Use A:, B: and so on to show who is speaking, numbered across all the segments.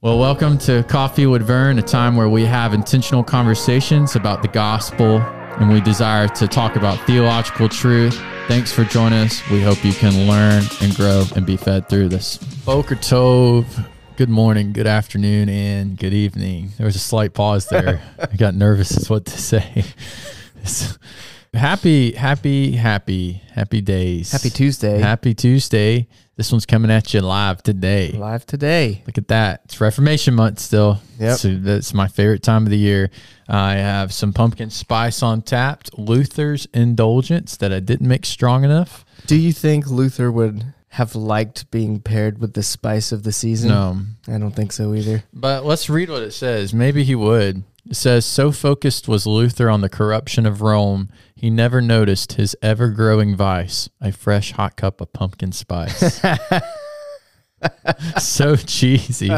A: Well, welcome to Coffee with Vern, a time where we have intentional conversations about the gospel and we desire to talk about theological truth. Thanks for joining us. We hope you can learn and grow and be fed through this. Boker Tove, good morning, good afternoon, and good evening. There was a slight pause there. I got nervous as what to say. It's- happy, happy, happy, happy days.
B: Happy Tuesday.
A: Happy Tuesday. This one's coming at you live today.
B: Live today.
A: Look at that. It's Reformation month still.
B: Yep.
A: So that's my favorite time of the year. I have some pumpkin spice on tap, Luther's indulgence that I didn't make strong enough.
B: Do you think Luther would have liked being paired with the spice of the season?
A: No.
B: I don't think so either.
A: But let's read what it says. Maybe he would. It says, So focused was Luther on the corruption of Rome, he never noticed his ever growing vice, a fresh hot cup of pumpkin spice. so cheesy.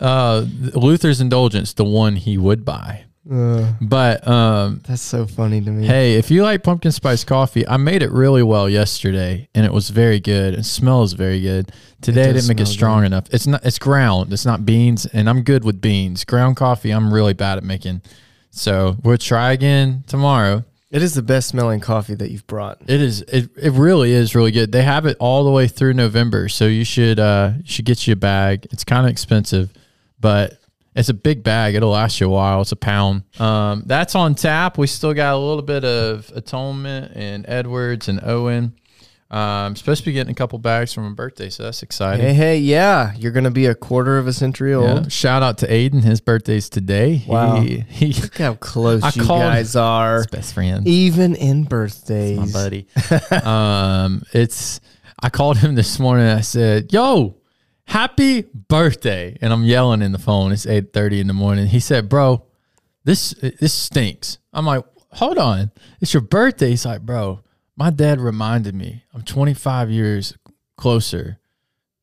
A: Uh, Luther's indulgence, the one he would buy. But um,
B: That's so funny to me.
A: Hey, if you like pumpkin spice coffee, I made it really well yesterday, and it was very good. It smells very good. Today I
B: does
A: didn't make it
B: smell
A: strong enough. It's not. It's ground. It's not beans, and I'm good with beans. Ground coffee, I'm really bad at making. So we'll try again tomorrow.
B: It is the best smelling coffee that you've brought.
A: It is. It, it really is really good. They have it all the way through November, so you should uh you should get you a bag. It's kind of expensive, but it's a big bag. It'll last you a while. It's a pound. Um, that's on tap. We still got a little bit of Atonement and Edwards and Owen. Um, supposed to be getting a couple bags for my birthday, so that's exciting.
B: Hey, hey, yeah. You're going to be a quarter of a century
A: Yeah.
B: old.
A: Shout out to Aiden. His birthday's today.
B: Wow.
A: He, he
B: Look how close
A: I
B: you
A: called-
B: guys are,
A: best friend.
B: even in
A: my
B: birthdays.
A: buddy. um, it's I called him this morning. I said, "Yo, happy birthday!" And I'm yelling in the phone. It's eight thirty in the morning. He said, "Bro, this this stinks." I'm like, "Hold on, it's your birthday." He's like, "Bro, my dad reminded me I'm 25 years closer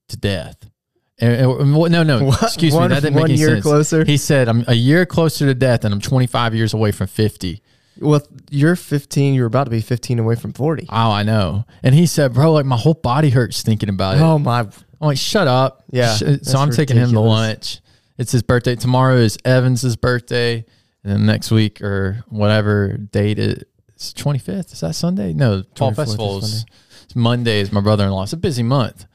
A: to death." And, and- and what- no, no,
B: What?
A: excuse
B: One-
A: me, that didn't make
B: one
A: any
B: year
A: sense.
B: closer?
A: He said, "I'm a year closer to death, and I'm 25 years away from 50."
B: Well, you're 15. You're about to be 15 away from 40.
A: Oh, I know. And he said, bro, like my whole body hurts thinking about it.
B: Oh, my.
A: I'm like, shut up.
B: Yeah,
A: Sh-
B: that's
A: So I'm taking him to
B: ridiculous.
A: lunch. It's his birthday. Tomorrow is Evans's birthday. And then next week or whatever date it- it's 25th. Is that Sunday? No, Fall
B: 24th is Hmm.
A: Festival is
B: Sunday.
A: it's Monday is my brother in law. It's a busy month.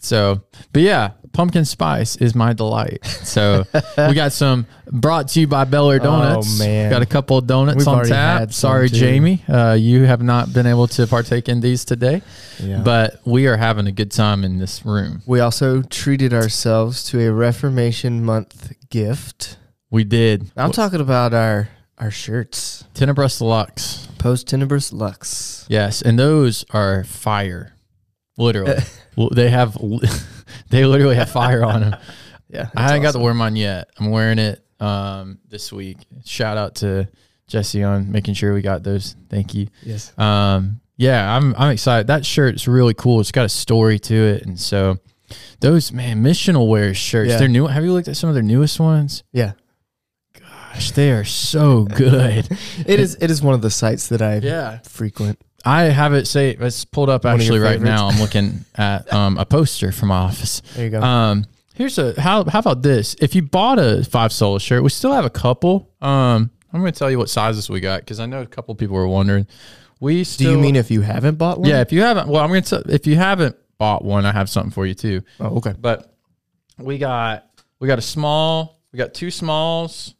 A: So, but yeah, pumpkin spice is my delight. So we got some brought to you by Beller Donuts.
B: Oh, man.
A: Got a couple of donuts
B: We've
A: on
B: already
A: tap.
B: had some,
A: Sorry,
B: too.
A: Jamie. Uh, you have not been able to partake in these today,
B: Yeah.
A: but we are having a good time in this room.
B: We also treated ourselves to a Reformation Month gift.
A: We did.
B: I'm talking about our our shirts,
A: Tenebris Deluxe.
B: post Tenebris Lux.
A: Yes, and those are fire. Literally, Well, they have they literally have fire on them.
B: Yeah,
A: I haven't got to wear mine yet. I'm wearing it um, this week. Shout out to Jesse on making sure we got those. Thank you.
B: yes.
A: Um, yeah, I'm I'm excited. That shirt's really cool. It's got a story to it, and so those man missional wear shirts.
B: Yeah.
A: They're new. Have you looked at some of their newest ones?
B: Yeah,
A: Gosh, they are so good.
B: it is. It is one of the sites that I
A: yeah,
B: frequent.
A: I have it say it's pulled up
B: of your
A: actually right
B: favorites.
A: now. I'm looking at um, a poster from my office.
B: There you go.
A: Um, here's a how how about this? If you bought a five solo shirt, we still have a couple. Um, I'm going to tell you what sizes we got because I know a couple people were wondering. We
B: Do
A: still,
B: you mean if you haven't bought one?
A: yeah? If you haven't, well, I'm going to if you haven't bought one, I have something for you too.
B: Oh, okay.
A: But we got we got a small, we got two smalls.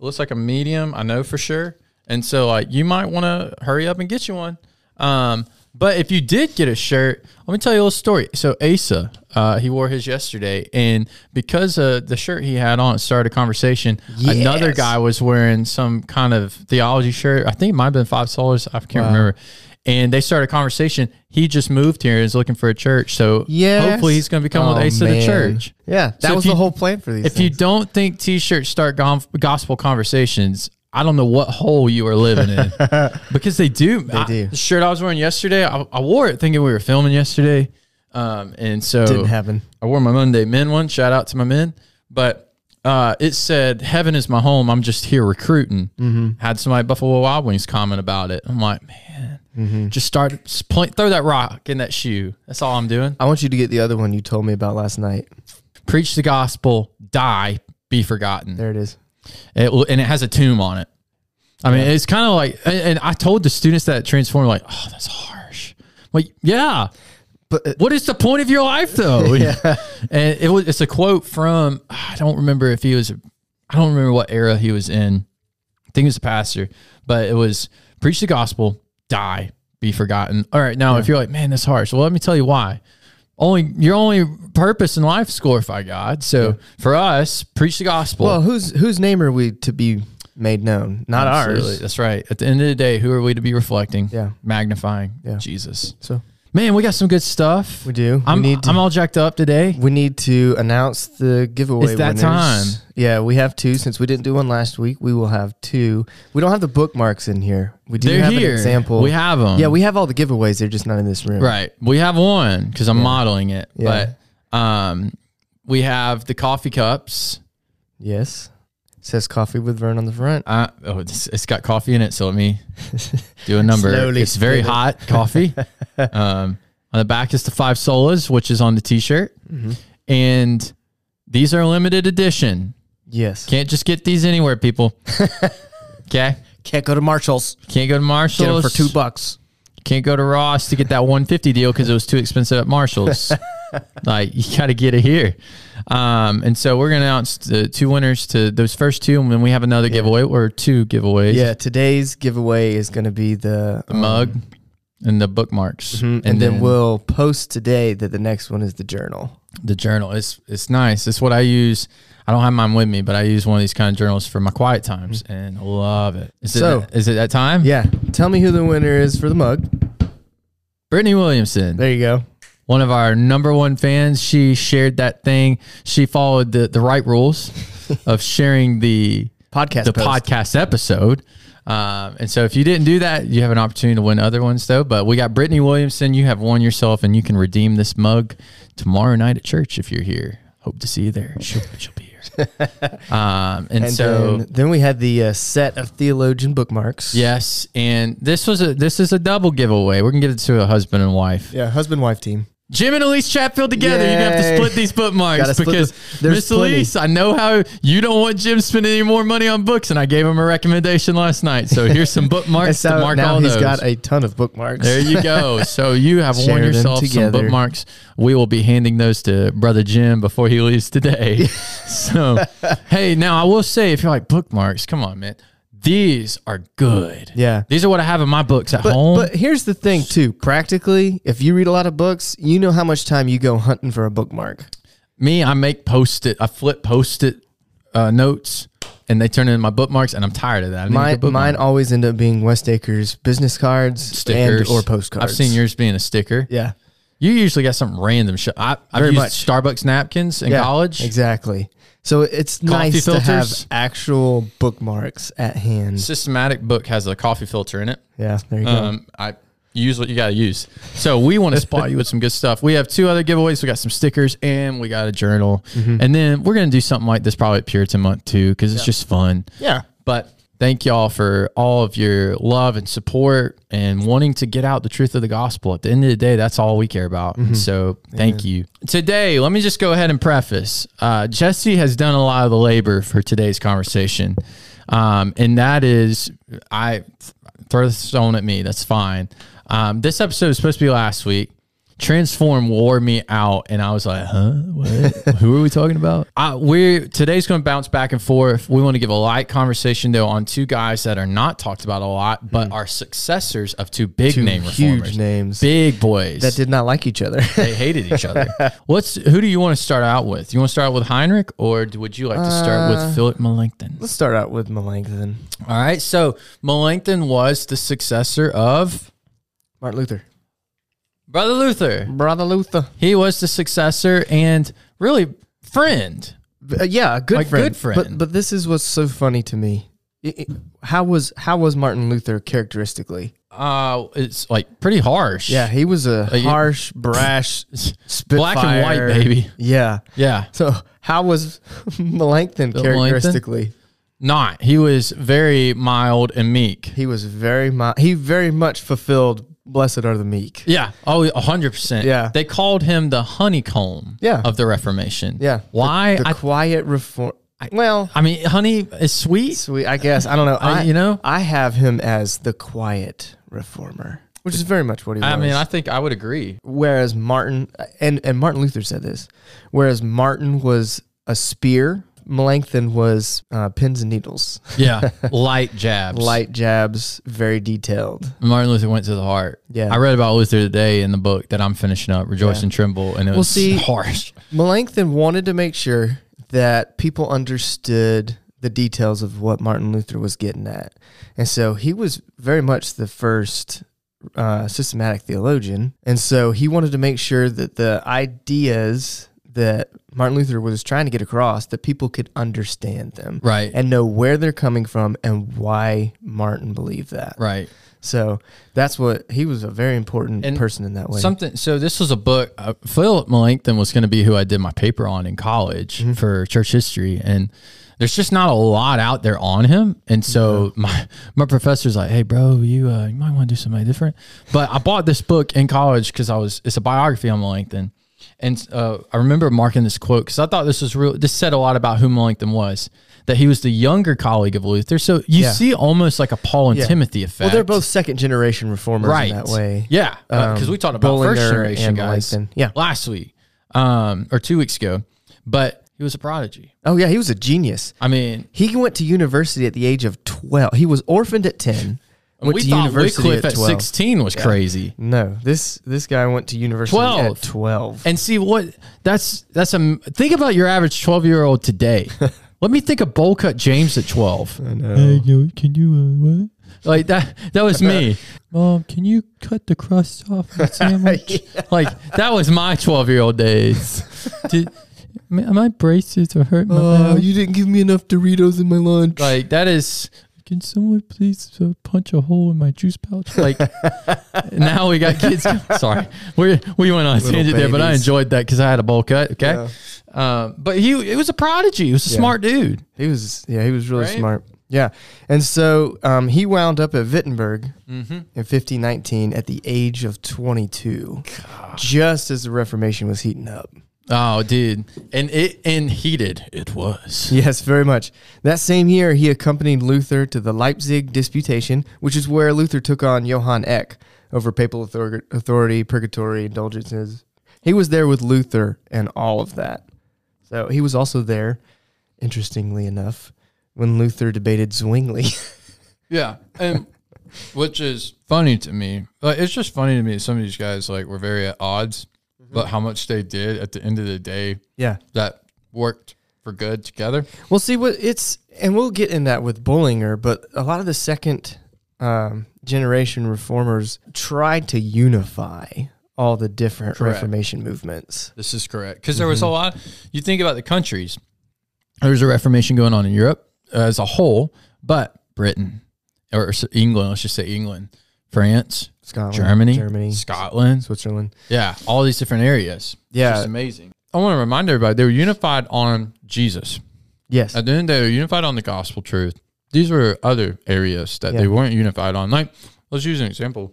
A: It looks like a medium, I know for sure. And so like you might want to hurry up and get you one. Um, but if you did get a shirt, let me tell you a little story. So Asa, uh, he wore his yesterday, and because uh, the shirt he had on started a conversation. Another
B: Yes.
A: guy was wearing some kind of theology shirt. I think it might have been five solars. I can't remember. And they started a conversation. He just moved here and is looking for a church. So
B: Yes.
A: Hopefully, he's going to become
B: Oh,
A: with Ace to the
B: man.
A: church.
B: Yeah, that
A: So if
B: was
A: you-
B: the whole plan for these.
A: If you don't think t-shirts start gon- gospel conversations, I don't know what hole you are living in because they do. They
B: do.
A: the shirt I was wearing yesterday, I, I wore it thinking we were filming yesterday, um, and so
B: didn't happen,
A: I wore my Monday men one. Shout out to my men, but uh, it said "Heaven is my home." I'm just here recruiting.
B: Mm-hmm.
A: Had somebody at Buffalo Wild Wings comment about it. I'm like, man,
B: Mm-hmm.
A: just start just point, throw that rock in that shoe. That's all I'm doing.
B: I want you to get the other one you told me about last night.
A: Preach the gospel, die, be forgotten.
B: There it is.
A: It will, and it has a tomb on it. I mean, it's kind of like, and, and I told the students that transform, like, oh, that's harsh. Like, yeah,
B: But uh,
A: what is the point of your life though? And it was, it's a quote from, I don't remember if he was, I don't remember what era he was in. I think he was a pastor, but it was preach the gospel, die, be forgotten. All right. Now, if you're like, man, that's harsh. Well, let me tell you why. Only your only purpose in life is glorify God. So for us, preach the gospel.
B: well, whose whose name are we to be made known? Not
A: Absolutely.
B: ours.
A: That's right. At the end of the day, who are we to be reflecting?
B: Yeah.
A: Magnifying
B: Yeah.
A: Jesus.
B: So
A: Man, we got some good stuff.
B: we do.
A: I'm,
B: we need to,
A: I'm all jacked up today.
B: we need to announce the giveaway.
A: It's that
B: winners.
A: time.
B: Yeah, we have two. Since we didn't do one last week, we will have two. We don't have the bookmarks in here. We do
A: They're
B: have
A: here.
B: an example.
A: We have them.
B: yeah, we have all the giveaways. They're just not in this room.
A: right. We have one because I'm modeling it.
B: Yeah.
A: But um, we have the coffee cups.
B: Yes. says coffee with Vern on the front.
A: Uh, oh, it's, it's got coffee in it. So let me do a number.
B: Slowly
A: it's very
B: spin it.
A: hot coffee. um, on the back is the five solas, which is on the T-shirt,
B: Mm-hmm.
A: and these are limited edition.
B: Yes.
A: Can't just get these anywhere, people. okay.
B: Can't go to Marshall's.
A: Can't go to
B: Get them
A: Marshalls.
B: for two bucks.
A: Can't go to Ross to get that 150 deal because it was too expensive at Marshalls. like you got to get it here. Um, and so we're gonna announce the two winners to those first two, and then we have another giveaway or two giveaways.
B: Yeah, today's giveaway is going to be the, um,
A: mug and the bookmarks,
B: Mm-hmm. And, then,
A: Mm-hmm.
B: we'll post today that the next one is the journal.
A: the journal. It's it's nice. It's what I use. I don't have mine with me, but I use one of these kind of journals for my quiet times, and I love it. Is
B: Mm-hmm. So-
A: it is it that time?
B: Yeah. Tell me who the winner is for the mug.
A: Brittany Williamson.
B: There you go.
A: one of our number one fans. She shared that thing. She followed the, the right rules of sharing the
B: Podcast.
A: the
B: post.
A: podcast episode. Um, and so if you didn't do that, you have an opportunity to win other ones though. But we got Brittany Williamson. You have won yourself, and you can redeem this mug tomorrow night at church if you're here. Hope to see you there. She'll, she'll be here. Um, and,
B: And
A: so.
B: then, then we had the uh, set of theologian bookmarks.
A: Yes, and this was a this is a double giveaway. We're gonna give it to a husband and wife.
B: Yeah, husband wife team.
A: Jim and Elise Chatfield together. You're gonna have to
B: Yay.
A: split these bookmarks
B: Gotta split
A: because
B: this. There's
A: Miss Elise, I know how you don't want Jim spending any more money on books, and I gave him a recommendation last night. So here's some
B: And
A: bookmarks
B: so
A: to mark
B: now
A: all
B: he's
A: those.
B: got a ton of bookmarks.
A: there you go. So you have
B: Share
A: won
B: them
A: yourself some
B: together.
A: bookmarks. We will be handing those to Brother Jim before he leaves today. so hey, now I will say if you're like bookmarks, come on, man. These are good.
B: Yeah.
A: These are what I have in my books at
B: But,
A: home.
B: but here's the thing too. Practically, if you read a lot of books, you know how much time you go hunting for a bookmark.
A: Me, I make post it. I flip post it uh, notes, and they turn into my bookmarks, and I'm tired of that. I need a
B: Mine,
A: good bookmark.
B: mine always end up being West Acres business cards
A: stickers
B: and or postcards.
A: I've seen yours being a sticker.
B: Yeah,
A: You usually got some random shit. I, I've
B: Very
A: used
B: much.
A: Starbucks napkins in
B: yeah,
A: college.
B: exactly. So it's
A: Coffee
B: nice to
A: filters.
B: have actual bookmarks at hand.
A: Systematic book has a coffee filter in it.
B: Yeah, there you go.
A: Um, I use what you got to use. So we want to spot you with some good stuff. We have two other giveaways. We got some stickers and we got a journal.
B: Mm-hmm.
A: And then we're gonna do something like this probably at Puritan Month too because it's just fun.
B: yeah,
A: But thank y'all for all of your love and support and wanting to get out the truth of the gospel. At the end of the day, that's all we care about. And so thank you. Today, let me just go ahead and preface. Uh, Jesse has done a lot of the labor for today's conversation. Um, and that is, I throw the stone at me. That's fine. Um, this episode was supposed to be last week. Transform wore me out, and I was like, "Huh? What? Who are we talking about?" I, we're today's going to bounce back and forth. We want to give a light conversation though on two guys that are not talked about a lot, but are successors of two big name reformers,
B: Mm. huge names
A: big boys
B: that did not like each other.
A: they hated each other. What's who do you want to start out with? You want to start out with Heinrich, or do- would you like to start with Philip Melanchthon?
B: Uh, Let's start out with Melanchthon,
A: All right, so Melanchthon was the successor of
B: Martin Luther,
A: Brother Luther.
B: brother Luther.
A: He was the successor and really friend.
B: Uh, yeah, a good
A: Like,
B: friend.
A: good friend.
B: But but this is what's so funny to me. I- I- How was how was Martin Luther characteristically?
A: Uh, it's like pretty harsh.
B: Yeah, he was a
A: you-
B: harsh, brash, spitfire.
A: Black and white, baby.
B: Yeah.
A: Yeah.
B: So how was Melanchthon
A: Bill Melanchthon?
B: characteristically?
A: Not. He was very mild and meek.
B: He was very mi- he very much fulfilled Blessed are the meek.
A: Yeah. Oh, 100%.
B: Yeah.
A: They called him the honeycomb
B: Yeah.
A: of the Reformation.
B: Yeah.
A: Why?
B: The
A: I,
B: quiet reform. well,
A: I mean, honey is sweet.
B: sweet. I guess I don't know.
A: I- you know?
B: I have him as the quiet reformer, which is very much what he was.
A: I mean, I think I would agree.
B: whereas Martin and and Martin Luther said this, whereas Martin was a spear, Melanchthon was uh, pins and needles,
A: Yeah. Light jabs.
B: light jabs, very detailed.
A: Martin Luther went to the heart.
B: Yeah.
A: I read about Luther today in the book that I'm finishing up, Rejoice and Tremble, and it was
B: see-
A: harsh.
B: Melanchthon wanted to make sure that people understood the details of what Martin Luther was getting at. And so he was very much the first uh, systematic theologian. And so he wanted to make sure that the ideas that Martin Luther was trying to get across, that people could understand them.
A: Right.
B: And know where they're coming from and why Martin believed that.
A: right.
B: So that's what he was a very important
A: And
B: person in that way.
A: Something. So this was a book. Uh, Philip Melanchthon was going to be who I did my paper on in college
B: Mm-hmm.
A: for church history, and there's just not a lot out there on him. And so my my professor's like, "Hey, bro, you uh, you might want to do something different." But I bought this book in college because I was it's a biography on Melanchthon, and uh, I remember marking this quote because I thought this was real. This said a lot about who Melanchthon was. That he was the younger colleague of Luther, so you
B: Yeah.
A: see almost like a Paul and Timothy effect.
B: Well, they're both second generation reformers
A: right
B: in that way. Um,
A: Yeah, because we talked about
B: Bullinger
A: first generation
B: and
A: guys
B: Langston. Yeah.
A: last week um, or two weeks ago, but he was a prodigy.
B: Oh yeah, he was a genius.
A: I mean,
B: He went to university at the age of twelve. He was orphaned at ten. Went
A: we
B: to
A: thought
B: university
A: Wycliffe
B: at
A: at,
B: twelve.
A: sixteen was crazy.
B: no, this this guy went to university
A: 12.
B: at twelve.
A: And see what that's that's a think about your average twelve year old today. Let me think of bowl cut James at twelve. I know. can you uh, what? Like that that was me. Mom, can you cut the crust off the sandwich? Like that was my twelve year old days. Did, my, my braces are hurting my mouth.
B: uh, you didn't give me enough Doritos in my lunch.
A: Like that is. Can someone please uh, punch a hole in my juice pouch? Like now we got kids. Sorry, we we went on a tangent there, but I
B: babies.
A: enjoyed that because I had a bowl cut. Okay, um, but he it was a prodigy. He was a smart dude.
B: He was yeah, he was really
A: Right?
B: smart. Yeah, and so um, he wound up at Wittenberg
A: Mm-hmm.
B: in 1519 at the age of 22, just as the Reformation was heating up.
A: Oh, dude, and it and heated it was.
B: Yes, very much. That same year, he accompanied Luther to the Leipzig Disputation, which is where Luther took on Johann Eck over papal author- authority, purgatory, indulgences. He was there with Luther and all of that. So he was also there, interestingly enough, when Luther debated Zwingli.
A: Yeah, and which is funny to me. Like, it's just funny to me. Some of these guys like were very at odds, but how much they did at the end of the day
B: yeah.
A: that worked for good together.
B: Well, see what it's, and we'll get in that with Bullinger, but a lot of the second um, generation reformers tried to unify all the different
A: Correct.
B: Reformation movements.
A: This is correct because there was a lot. You think about the countries. There's Mm-hmm. a Reformation going on in Europe as a whole, but Britain or s- England, let's just say England, France,
B: Scotland,
A: Oh, Germany,
B: Germany,
A: Scotland,
B: Switzerland.
A: yeah, all these different areas.
B: Yeah.
A: it's just amazing. I want to remind everybody they were unified on Jesus.
B: Yes,
A: At the end, they were unified on the gospel truth. These were other areas that
B: Yeah.
A: they weren't unified on. Like, let's use an example.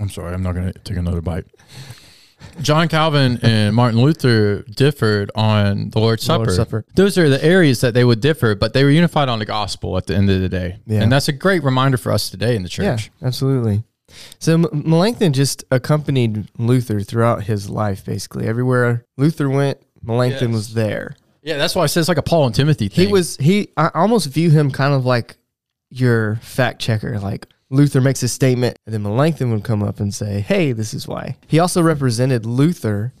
A: I'm sorry, I'm not going to take another bite. John Calvin and Martin Luther differed on the Lord's Supper.
B: Lord's Supper.
A: Those are the areas that they would differ, but they were unified on the gospel at the end of the day.
B: Yeah.
A: And that's a great reminder for us today in the
B: yeah,
A: church.
B: absolutely. So M- Melanchthon just accompanied Luther throughout his life, basically everywhere Luther went, Melanchthon
A: Yes.
B: was there.
A: Yeah, that's why I said it's like a Paul and Timothy thing.
B: He was he. I almost view him kind of like your fact checker, like. Luther makes a statement, and then Melanchthon would come up and say, "Hey, this is why." He also represented Luther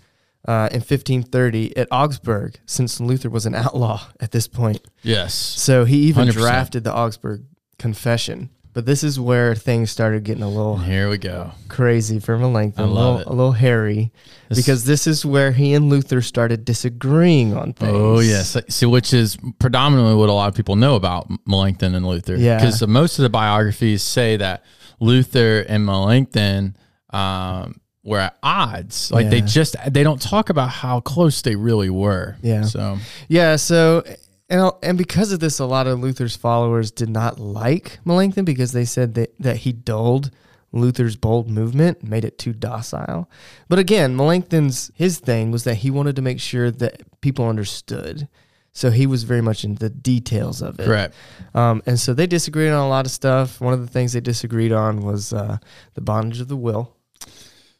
B: uh, in 1530 at Augsburg, since Luther was an outlaw at this point.
A: Yes.
B: So he even
A: 100%.
B: drafted the Augsburg Confession. But this is where things started getting a little
A: Here we go.
B: crazy for Melanchthon,
A: I
B: a
A: love
B: little,
A: it.
B: a little hairy,
A: This-
B: because this is where he and Luther started disagreeing on things.
A: Oh yes, see, which is predominantly what a lot of people know about Melanchthon and Luther.
B: Yeah.
A: because most of the biographies say that Luther and Melanchthon um, were at odds. Like they
B: Yeah.
A: just they don't talk about how close they really were.
B: Yeah.
A: So
B: Yeah. So, and and because of this, a lot of Luther's followers did not like Melanchthon because they said that that he dulled Luther's bold movement made it too docile. But again, Melanchthon's his thing was that he wanted to make sure that people understood. So he was very much into the details of it.
A: Correct.
B: Um, and so they disagreed on a lot of stuff. One of the things they disagreed on was uh, the bondage of the will.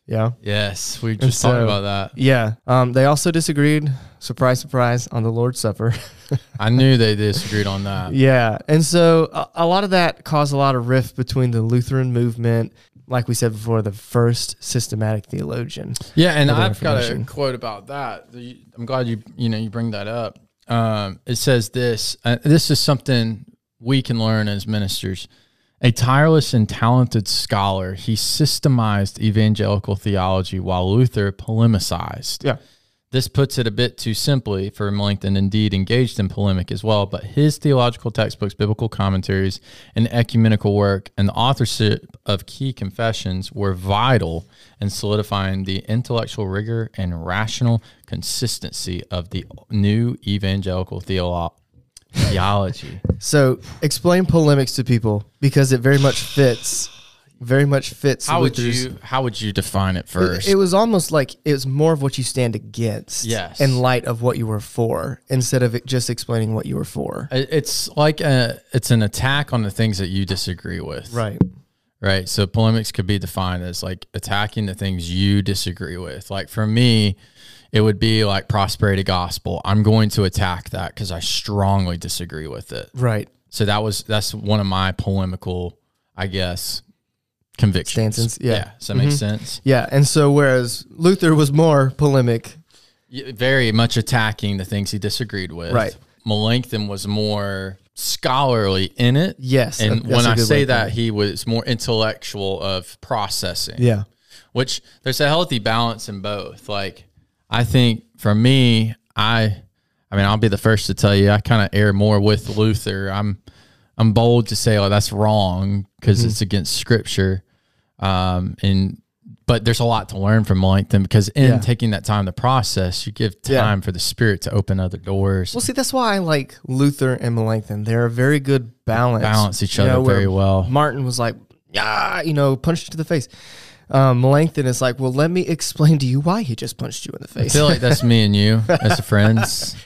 B: Yeah.
A: Yes, we
B: And
A: just talked
B: so-
A: about that.
B: Yeah. Um, they also disagreed, surprise, surprise, on the Lord's Supper.
A: I knew they disagreed on that.
B: yeah. And so a, a lot of that caused a lot of rift between the Lutheran movement, like we said before, the first systematic theologian.
A: Yeah, and
B: Other
A: I've got a
B: information.
A: quote about that. You- I'm glad you you know you bring that up. Um, it says this. Uh, this is something we can learn as ministers. A tireless and talented scholar, he systemized evangelical theology while Luther polemicized.
B: Yeah.
A: This puts it a bit too simply, for Melanchthon indeed engaged in polemic as well, but his theological textbooks, biblical commentaries, and ecumenical work and the authorship of key confessions were vital in solidifying the intellectual rigor and rational consistency of the new evangelical theolo- theology.
B: So explain polemics to people because it very much fits, very much fits.
A: how would
B: Luther's-
A: you how would you define it
B: It,
A: first?
B: it was almost like it was more of what you stand against
A: Yes.
B: in light of what you were for instead of it just explaining what you were for.
A: It- it's like a it's an attack on the things that you disagree with.
B: Right.
A: Right. So polemics could be defined as like attacking the things you disagree with. Like for me, it would be like prosperity gospel. I'm going to attack that because I strongly disagree with it.
B: Right.
A: So that was that's one of my polemical, I guess, convictions.
B: Stances, yeah. Mm-hmm.
A: Does that make sense?
B: Yeah. And so whereas Luther was more polemic,
A: Y- Very much attacking the things he disagreed with.
B: Right.
A: Melanchthon was more scholarly in it.
B: Yes, that-
A: And
B: that's
A: when
B: a
A: I
B: good way
A: say
B: to put
A: that, he was more intellectual of processing.
B: yeah.
A: which there's a healthy balance in both. Like I think for me, I I mean I'll be the first to tell you I kind of err more with Luther. I'm I'm bold to say oh that's wrong because it's
B: Mm-hmm.
A: against scripture. Um and but there's a lot to learn from Melanchthon because in
B: Yeah.
A: taking that time to process, you give
B: Yeah.
A: time for the spirit to open other doors.
B: Well, see, that's why I like Luther and Melanchthon. They're a very good balance.
A: Balance each
B: You know,
A: other
B: where
A: very well.
B: Martin was like, yeah, you know, punched to the face. Um, Melanchthon is like, well, let me explain to you why he just punched you in the
A: I
B: face.
A: feel like that's me and you as friends.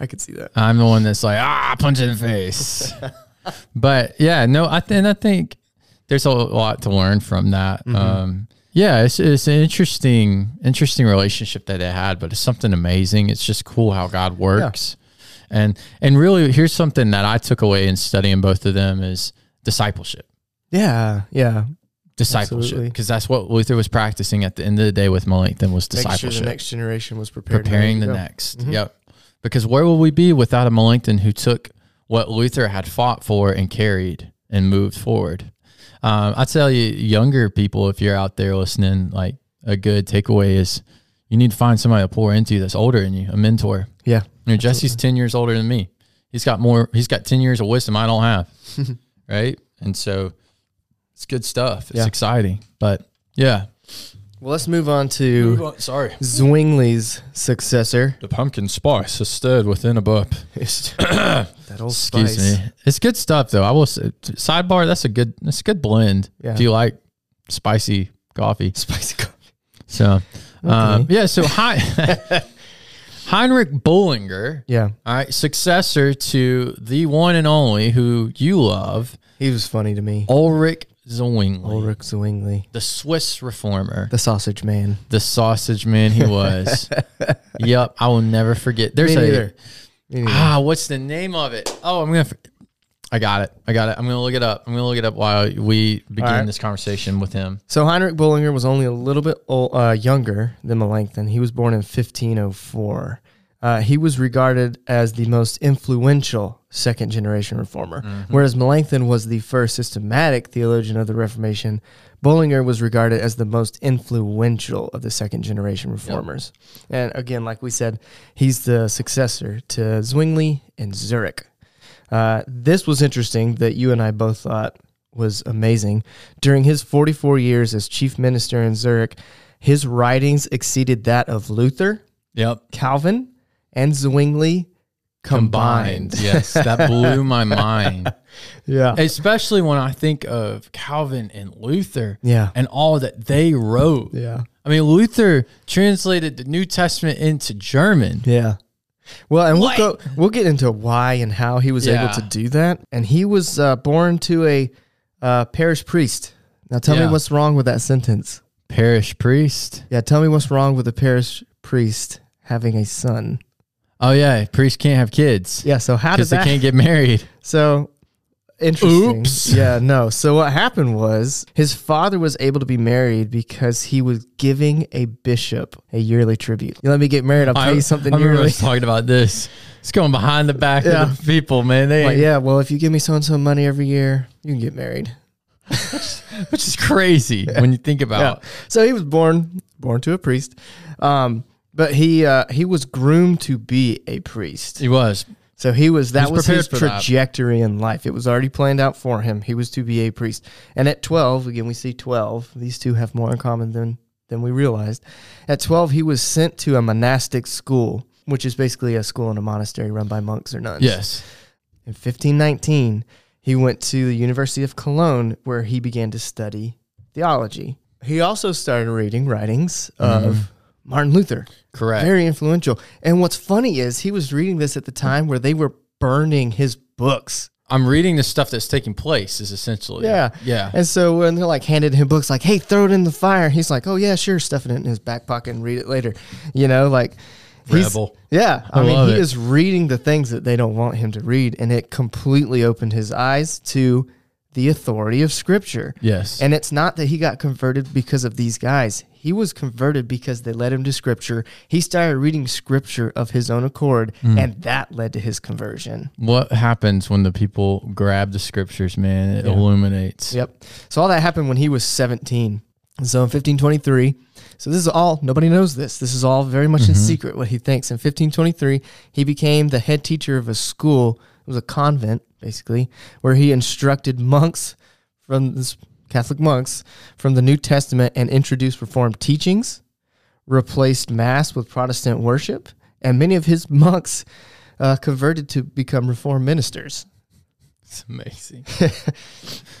B: I could see that.
A: I'm the one that's like, ah, punch in the face. but yeah, no, I th- and I think there's a lot to learn from that.
B: Mm-hmm.
A: Um, yeah, it's, it's an interesting, interesting relationship that it had, but it's something amazing. It's just cool how God works. And, and really here's something that I took away in studying both of them is discipleship,
B: Yeah, yeah.
A: discipleship.
B: Absolutely.
A: Cause that's what Luther was practicing at the end of the day with Melanchthon was
B: Make sure
A: discipleship
B: the next generation was prepared.
A: preparing the
B: next.
A: next. Yep. Because where will we be without a Melanchthon who took what Luther had fought for and carried and moved forward? Um, I tell you, younger people, if you're out there listening, like a good takeaway is you need to find somebody to pour into that's older than you, a mentor.
B: Yeah.
A: You know, Jesse's ten years older than me. He's got more. He's got ten years of wisdom I don't have, right? And so it's good stuff. It's
B: Yeah.
A: exciting, but yeah.
B: Well, let's move on to
A: Sorry,
B: Zwingli's successor.
A: the pumpkin spice is stirred within a bup.
B: that old
A: Excuse
B: spice.
A: me. It's good stuff though. I will say, sidebar. That's a good. That's a good blend.
B: Yeah.
A: If you like spicy coffee,
B: Spicy coffee.
A: so um, yeah. So Hi- Heinrich Bullinger,
B: Yeah,
A: all right, successor to the one and only who you love,
B: he was funny to me.
A: Ulrich Zwingli,
B: Ulrich Zwingli,
A: the Swiss reformer,
B: the sausage man.
A: the sausage man he was. yep, I will never forget. There's
B: Me
A: a
B: neither. Me neither.
A: Ah, what's the name of it? Oh, I'm gonna. f- I got it. I got it. I'm gonna look it up. I'm gonna look it up while we begin
B: right.
A: this conversation with him.
B: So Heinrich Bullinger was only a little bit old, uh, younger than Melanchthon. He was born in 1504. Uh, he was regarded as the most influential second generation reformer. Whereas Melanchthon was the first systematic theologian of the Reformation, Bullinger was regarded as the most influential of the second generation reformers. And again, like we said, he's the successor to Zwingli and Zurich. Uh, this was interesting that you and I both thought was amazing. During his 44 years as chief minister in Zurich, his writings exceeded that of Luther,
A: Yep.
B: Calvin, and Zwingli combined.
A: yes, that blew my mind.
B: Yeah.
A: Especially when I think of Calvin and Luther
B: Yeah.
A: and all that they wrote.
B: Yeah.
A: I mean, Luther translated the New Testament into German.
B: Yeah. Well, and
A: What?
B: we'll go, we'll get into why and how he was able
A: Yeah.
B: to do that. And he was uh, born to a uh, parish priest. Now tell
A: Yeah.
B: me what's wrong with that sentence.
A: Parish priest.
B: Yeah, tell me what's wrong with a parish priest having a son.
A: Oh yeah, priests can't have kids
B: Yeah, so how did
A: because they
B: that?
A: can't get married.
B: So interesting.
A: Oops.
B: Yeah, no. So what happened was his father was able to be married because he was giving a bishop a yearly tribute. You let me get married, I'll pay you something
A: I remember
B: yearly.
A: us talking about this. It's going behind the back
B: Yeah.
A: of the people, man. They
B: Like, yeah, well, if you give me so and so money every year, you can get married.
A: which is crazy when you think
B: Yeah.
A: about.
B: So he was born born to a priest, um, but he uh, he was groomed to be a priest.
A: He was
B: So he was that
A: was
B: was, his
A: prepared for that.
B: trajectory in life. It was already planned out for him. He was to be a priest. And at twelve, again we see twelve. These two have more in common than than we realized. At twelve, he was sent to a monastic school, which is basically a school in a monastery run by monks or nuns.
A: yes,
B: In 1519, he went to the University of Cologne where he began to study theology. He also started reading writings
A: Mm-hmm.
B: of Martin Luther.
A: correct.
B: Very influential. And what's funny is he was reading this at the time where they were burning his books.
A: I'm reading the stuff that's taking place is essentially
B: Yeah.
A: yeah.
B: And so when they're like handed him books like, hey, throw it in the fire, he's like, oh, yeah, sure, stuffing it in his back pocket and read it later. You know, like, he's-
A: Rebel.
B: Yeah, I,
A: I
B: mean,
A: love
B: he
A: it.
B: is reading the things that they don't want him to read, and it completely opened his eyes to the authority of Scripture.
A: Yes.
B: And it's not that he got converted because of these guys. He was converted because they led him to Scripture. He started reading Scripture of his own accord, and that led to his conversion.
A: what happens when the people grab the scriptures, man? It illuminates.
B: Yep. So all that happened when he was 17. And So in 1523, so this is all, nobody knows this. This is all very much in secret what he thinks. In 1523, he became the head teacher of a school. It was a convent, basically, where he instructed monks from this Catholic monks from the New Testament and introduced Reformed teachings, replaced Mass with Protestant worship, and many of his monks uh, converted to become Reformed ministers,
A: It's amazing.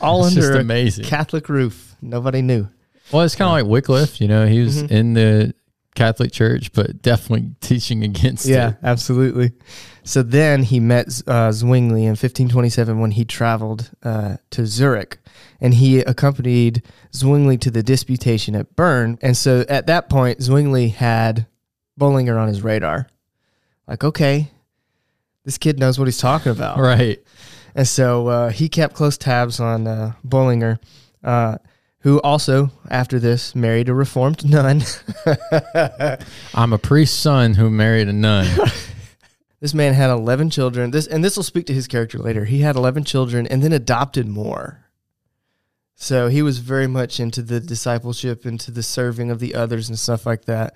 B: all
A: It's just
B: under a
A: amazing.
B: Catholic roof. Nobody knew.
A: Well, it's kind of like Wycliffe, you know, he was
B: Mm-hmm.
A: in the Catholic Church, but definitely teaching against
B: Yeah,
A: it.
B: absolutely. So then he met uh, Zwingli in 1527 when he traveled uh, to Zurich, and he accompanied Zwingli to the disputation at Bern. And so at that point, Zwingli had Bollinger on his radar, like, okay, this kid knows what he's talking about.
A: Right.
B: And so uh, he kept close tabs on uh, Bollinger, uh, who also after this married a reformed nun.
A: I'm a priest's son who married a nun.
B: This man had 11 children. This and this will speak to his character later. He had 11 children and then adopted more. So he was very much into the discipleship, into the serving of the others and stuff like that.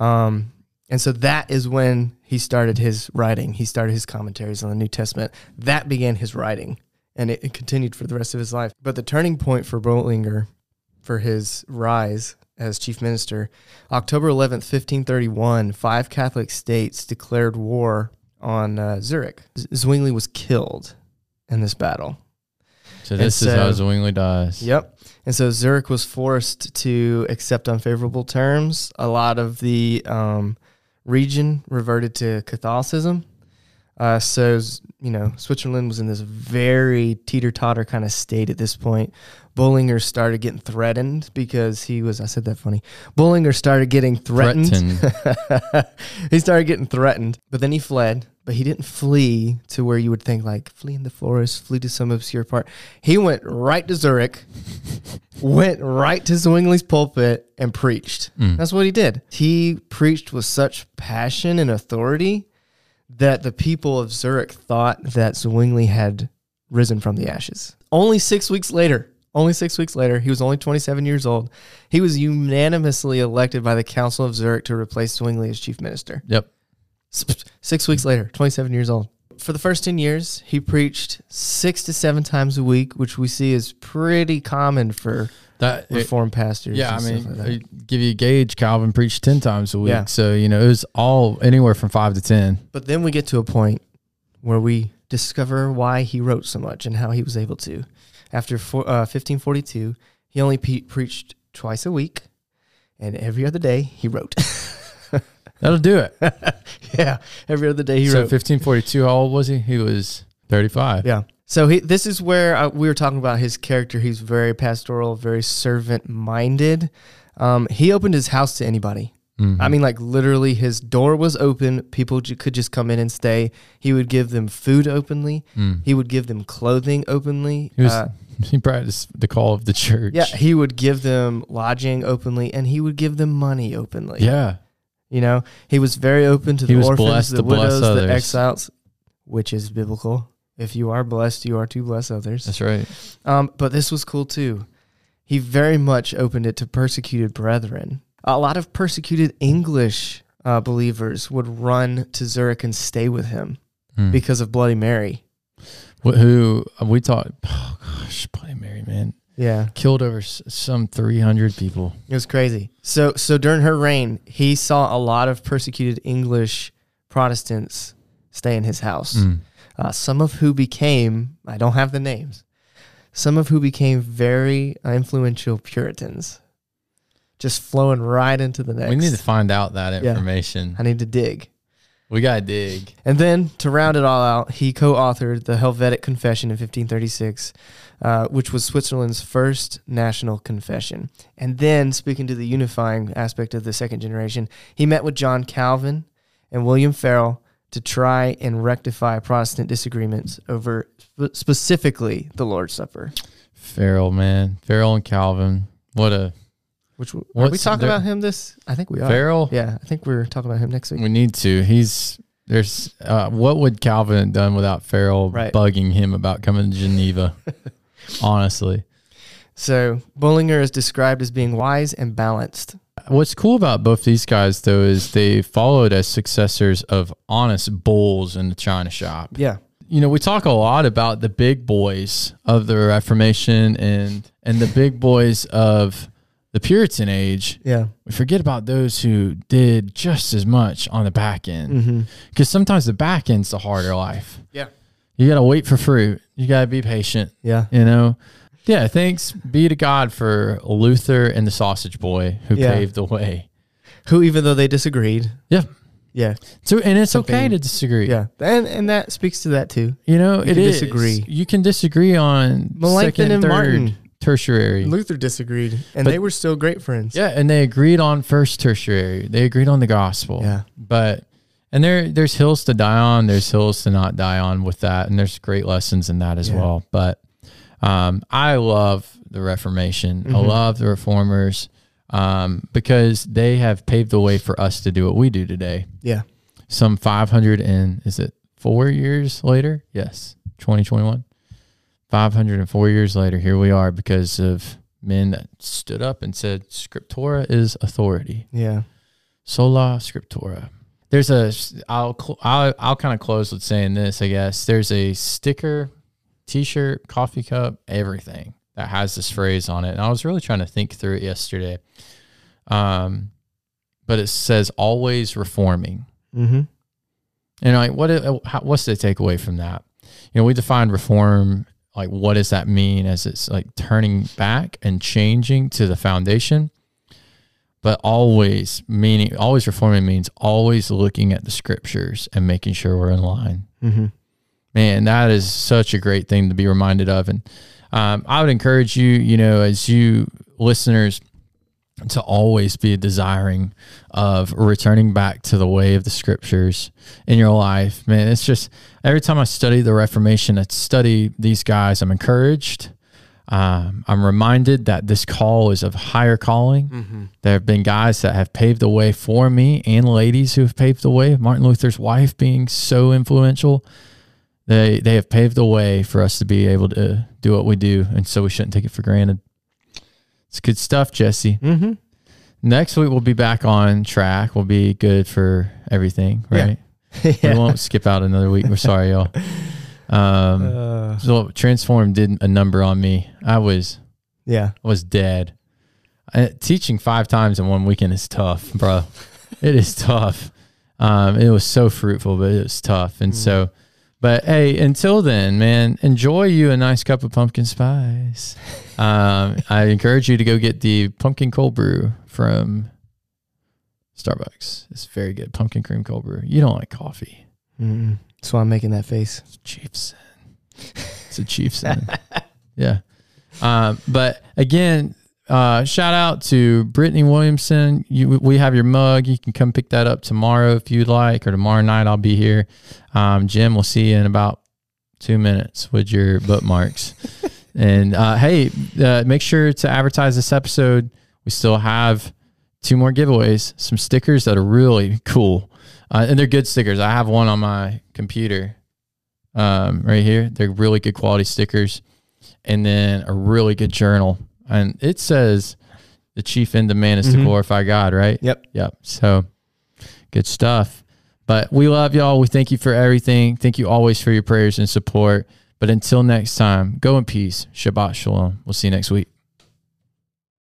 B: Um, and so that is when he started his writing. He started his commentaries on the New Testament. That began his writing, and it, it continued for the rest of his life. But the turning point for Bollinger, for his rise as chief minister, October 11th, 1531, five Catholic states declared war on uh, Zurich. Z- Zwingli was killed in this battle.
A: So
B: And
A: this is
B: so-
A: how Zwingli dies.
B: Yep. And so Zurich was forced to accept unfavorable terms. A lot of the um, region reverted to Catholicism. Uh, so, s- you know, Switzerland was in this very teeter totter kind of state at this point. Bollinger started getting threatened because he was, I said that funny. Bollinger started getting threatened.
A: Threatened.
B: he started getting threatened, but then he fled. But he didn't flee to where you would think, like, flee in the forest, flee to some obscure part. He went right to Zurich, went right to Zwingli's pulpit, and preached. That's what he did. He preached with such passion and authority that the people of Zurich thought that Zwingli had risen from the ashes. Only six weeks later, only six weeks later, he was only 27 years old. He was unanimously elected by the Council of Zurich to replace Zwingli as chief minister.
A: Yep.
B: Six weeks later, 27 years old. For the first 10 years, he preached six to seven times a week, which we see is pretty common for
A: That it-
B: reformed pastors.
A: yeah, I
B: and stuff
A: mean,
B: like that.
A: I give you a gauge. Calvin preached ten times a week,
B: Yeah.
A: so you know it was all anywhere from five to ten.
B: But then we get to a point where we discover why he wrote so much and how he was able to. After four, uh, 1542, he only pe- preached twice a week, and every other day he wrote.
A: That'll do it.
B: yeah, every other day he
A: so
B: wrote.
A: 1542, how old was he? He was 35.
B: Yeah. So he, this is where uh we were talking about his character. He's very pastoral, very servant minded. Um, he opened his house to anybody.
A: Mhm.
B: I mean, like literally, his door was open. People ju- could just come in and stay. He would give them food openly.
A: Mm.
B: He would give them clothing openly.
A: He was
B: Uh,
A: he practiced the call of the church.
B: yeah, he would give them lodging openly, and he would give them money openly.
A: Yeah.
B: You know, he was very open to
A: He
B: the
A: was
B: orphans,
A: blessed
B: the
A: to bless
B: widows,
A: others.
B: the exiles, which is biblical. If you are blessed, you are to bless others.
A: That's right.
B: Um, but this was cool too. He very much opened it to persecuted brethren. A lot of persecuted English uh, believers would run to Zurich and stay with him
A: Mm.
B: because of Bloody Mary.
A: Wh- who uh, we taught, oh gosh, Bloody Mary, man,
B: Yeah,
A: killed over s- some 300 people.
B: it was crazy. So, so during her reign, he saw a lot of persecuted English Protestants stay in his house.
A: Mm.
B: uh, some of who became, I don't have the names, some of who became very uh, influential Puritans, just flowing right into the next.
A: We need to find out that
B: Yeah.
A: information.
B: I need to dig.
A: We got to dig.
B: And then to round it all out, he co authored the Helvetic Confession in 1536, uh, which was Switzerland's first national confession. And then, speaking to the unifying aspect of the second generation, he met with John Calvin and William Farel to try and rectify Protestant disagreements over sp- specifically the Lord's Supper.
A: Farrell, man. Farrell and Calvin. What a
B: Which w- are
A: What's
B: we talking
A: the-
B: about him this? I think we are.
A: Farrell.
B: Yeah, I think we're talking about him next week.
A: We need to. He's there's uh, what would Calvin have done without Farrell
B: Right.
A: bugging him about coming to Geneva? Honestly,
B: So, Bullinger is described as being wise and balanced.
A: what's cool about both these guys though is they followed as successors of honest bulls in the china shop.
B: Yeah.
A: you know, we talk a lot about the big boys of the Reformation and and the big boys of the Puritan age.
B: Yeah.
A: We forget about those who did just as much on the back end
B: Mm-hmm.
A: because sometimes the back end's the harder life.
B: Yeah.
A: You got to wait for fruit. You got to be patient,
B: Yeah.
A: you know. Yeah, thanks be to God for Luther and the sausage boy who
B: Yeah.
A: paved the way.
B: Who, even though they disagreed,
A: Yeah.
B: yeah,
A: So and it's
B: Something-
A: okay to disagree.
B: yeah, and and that speaks to that too.
A: You know, it
B: can
A: is.
B: disagree.
A: You can disagree on
B: Melanchthon
A: second
B: and
A: third,
B: Martin.
A: tertiary.
B: Luther disagreed, and
A: But-
B: they were still great friends.
A: Yeah, and they agreed on first tertiary. They agreed on the gospel.
B: yeah,
A: But and there there's hills to die on, there's hills to not die on with that, and there's great lessons in that as
B: Yeah.
A: well. But um I love the Reformation. I
B: Mhm.
A: love the reformers um because they have paved the way for us to do what we do today.
B: yeah,
A: Some 500 and is it 4 years later? Yes. 2021. 504 years later, here we are because of men that stood up and said scriptura is authority
B: yeah.
A: sola scriptura. There's a I'll cl- I'll, I'll kind of close with saying this, I guess. There's a sticker, t-shirt, coffee cup, everything that has this phrase on it. And I was really trying to think through it yesterday. Um but it says always reforming.
B: Mm-hmm.
A: And like what i- uh, how, what's the takeaway from that? You know, we define reform like what does that mean as it's like turning back and changing to the foundation but always meaning always reforming means always looking at the scriptures and making sure we're in line
B: Mm-hmm.
A: man that is such a great thing to be reminded of and um, i would encourage you you know as you listeners to always be desiring of returning back to the way of the scriptures in your life man it's just every time i study the reformation i study these guys i'm encouraged um, i'm reminded that this call is of higher calling there have been guys that have paved the way for me and ladies who have paved the way martin luther's wife being so influential they they have paved the way for us to be able to do what we do, and so we shouldn't take it for granted. It's good stuff, Jesse.
B: Mm-hmm.
A: Next week we'll be back on track. We'll be good for everything,
B: Yeah.
A: right? We
B: yeah.
A: won't skip out another week. We're sorry, y'all. Um,
B: Uh,
A: so Transform did a number on me. I was
B: yeah.
A: I was dead. Uh, teaching five times in one weekend is tough, bro. it is tough. Um, it was so fruitful, but it was tough. And so, But hey, until then, man, enjoy you a nice cup of pumpkin spice. Um, I encourage you to go get the pumpkin cold brew from Starbucks. It's very good. Pumpkin cream cold brew. You don't like coffee.
B: Mm-mm. Mm-hmm. That's why I'm making that face.
A: It's chief sin. It's a chief sin. yeah. Um, but again, uh, shout out to Brittany Williamson. You, we have your mug. You can come pick that up tomorrow if you'd like, or tomorrow night. I'll be here. Um, Jim, we'll see you in about two minutes with your bookmarks. and uh, hey, uh, make sure to advertise this episode. We still have two more giveaways, some stickers that are really cool. Uh, and they're good stickers. I have one on my computer um, right here. They're really good quality stickers. And then a really good journal. And it says the chief end of man is to
B: Mhm.
A: glorify God, right?
B: Yep.
A: Yep. So good stuff. But we love y'all. We thank you for everything. Thank you always for your prayers and support. But until next time, go in peace. Shabbat shalom. We'll see you next week.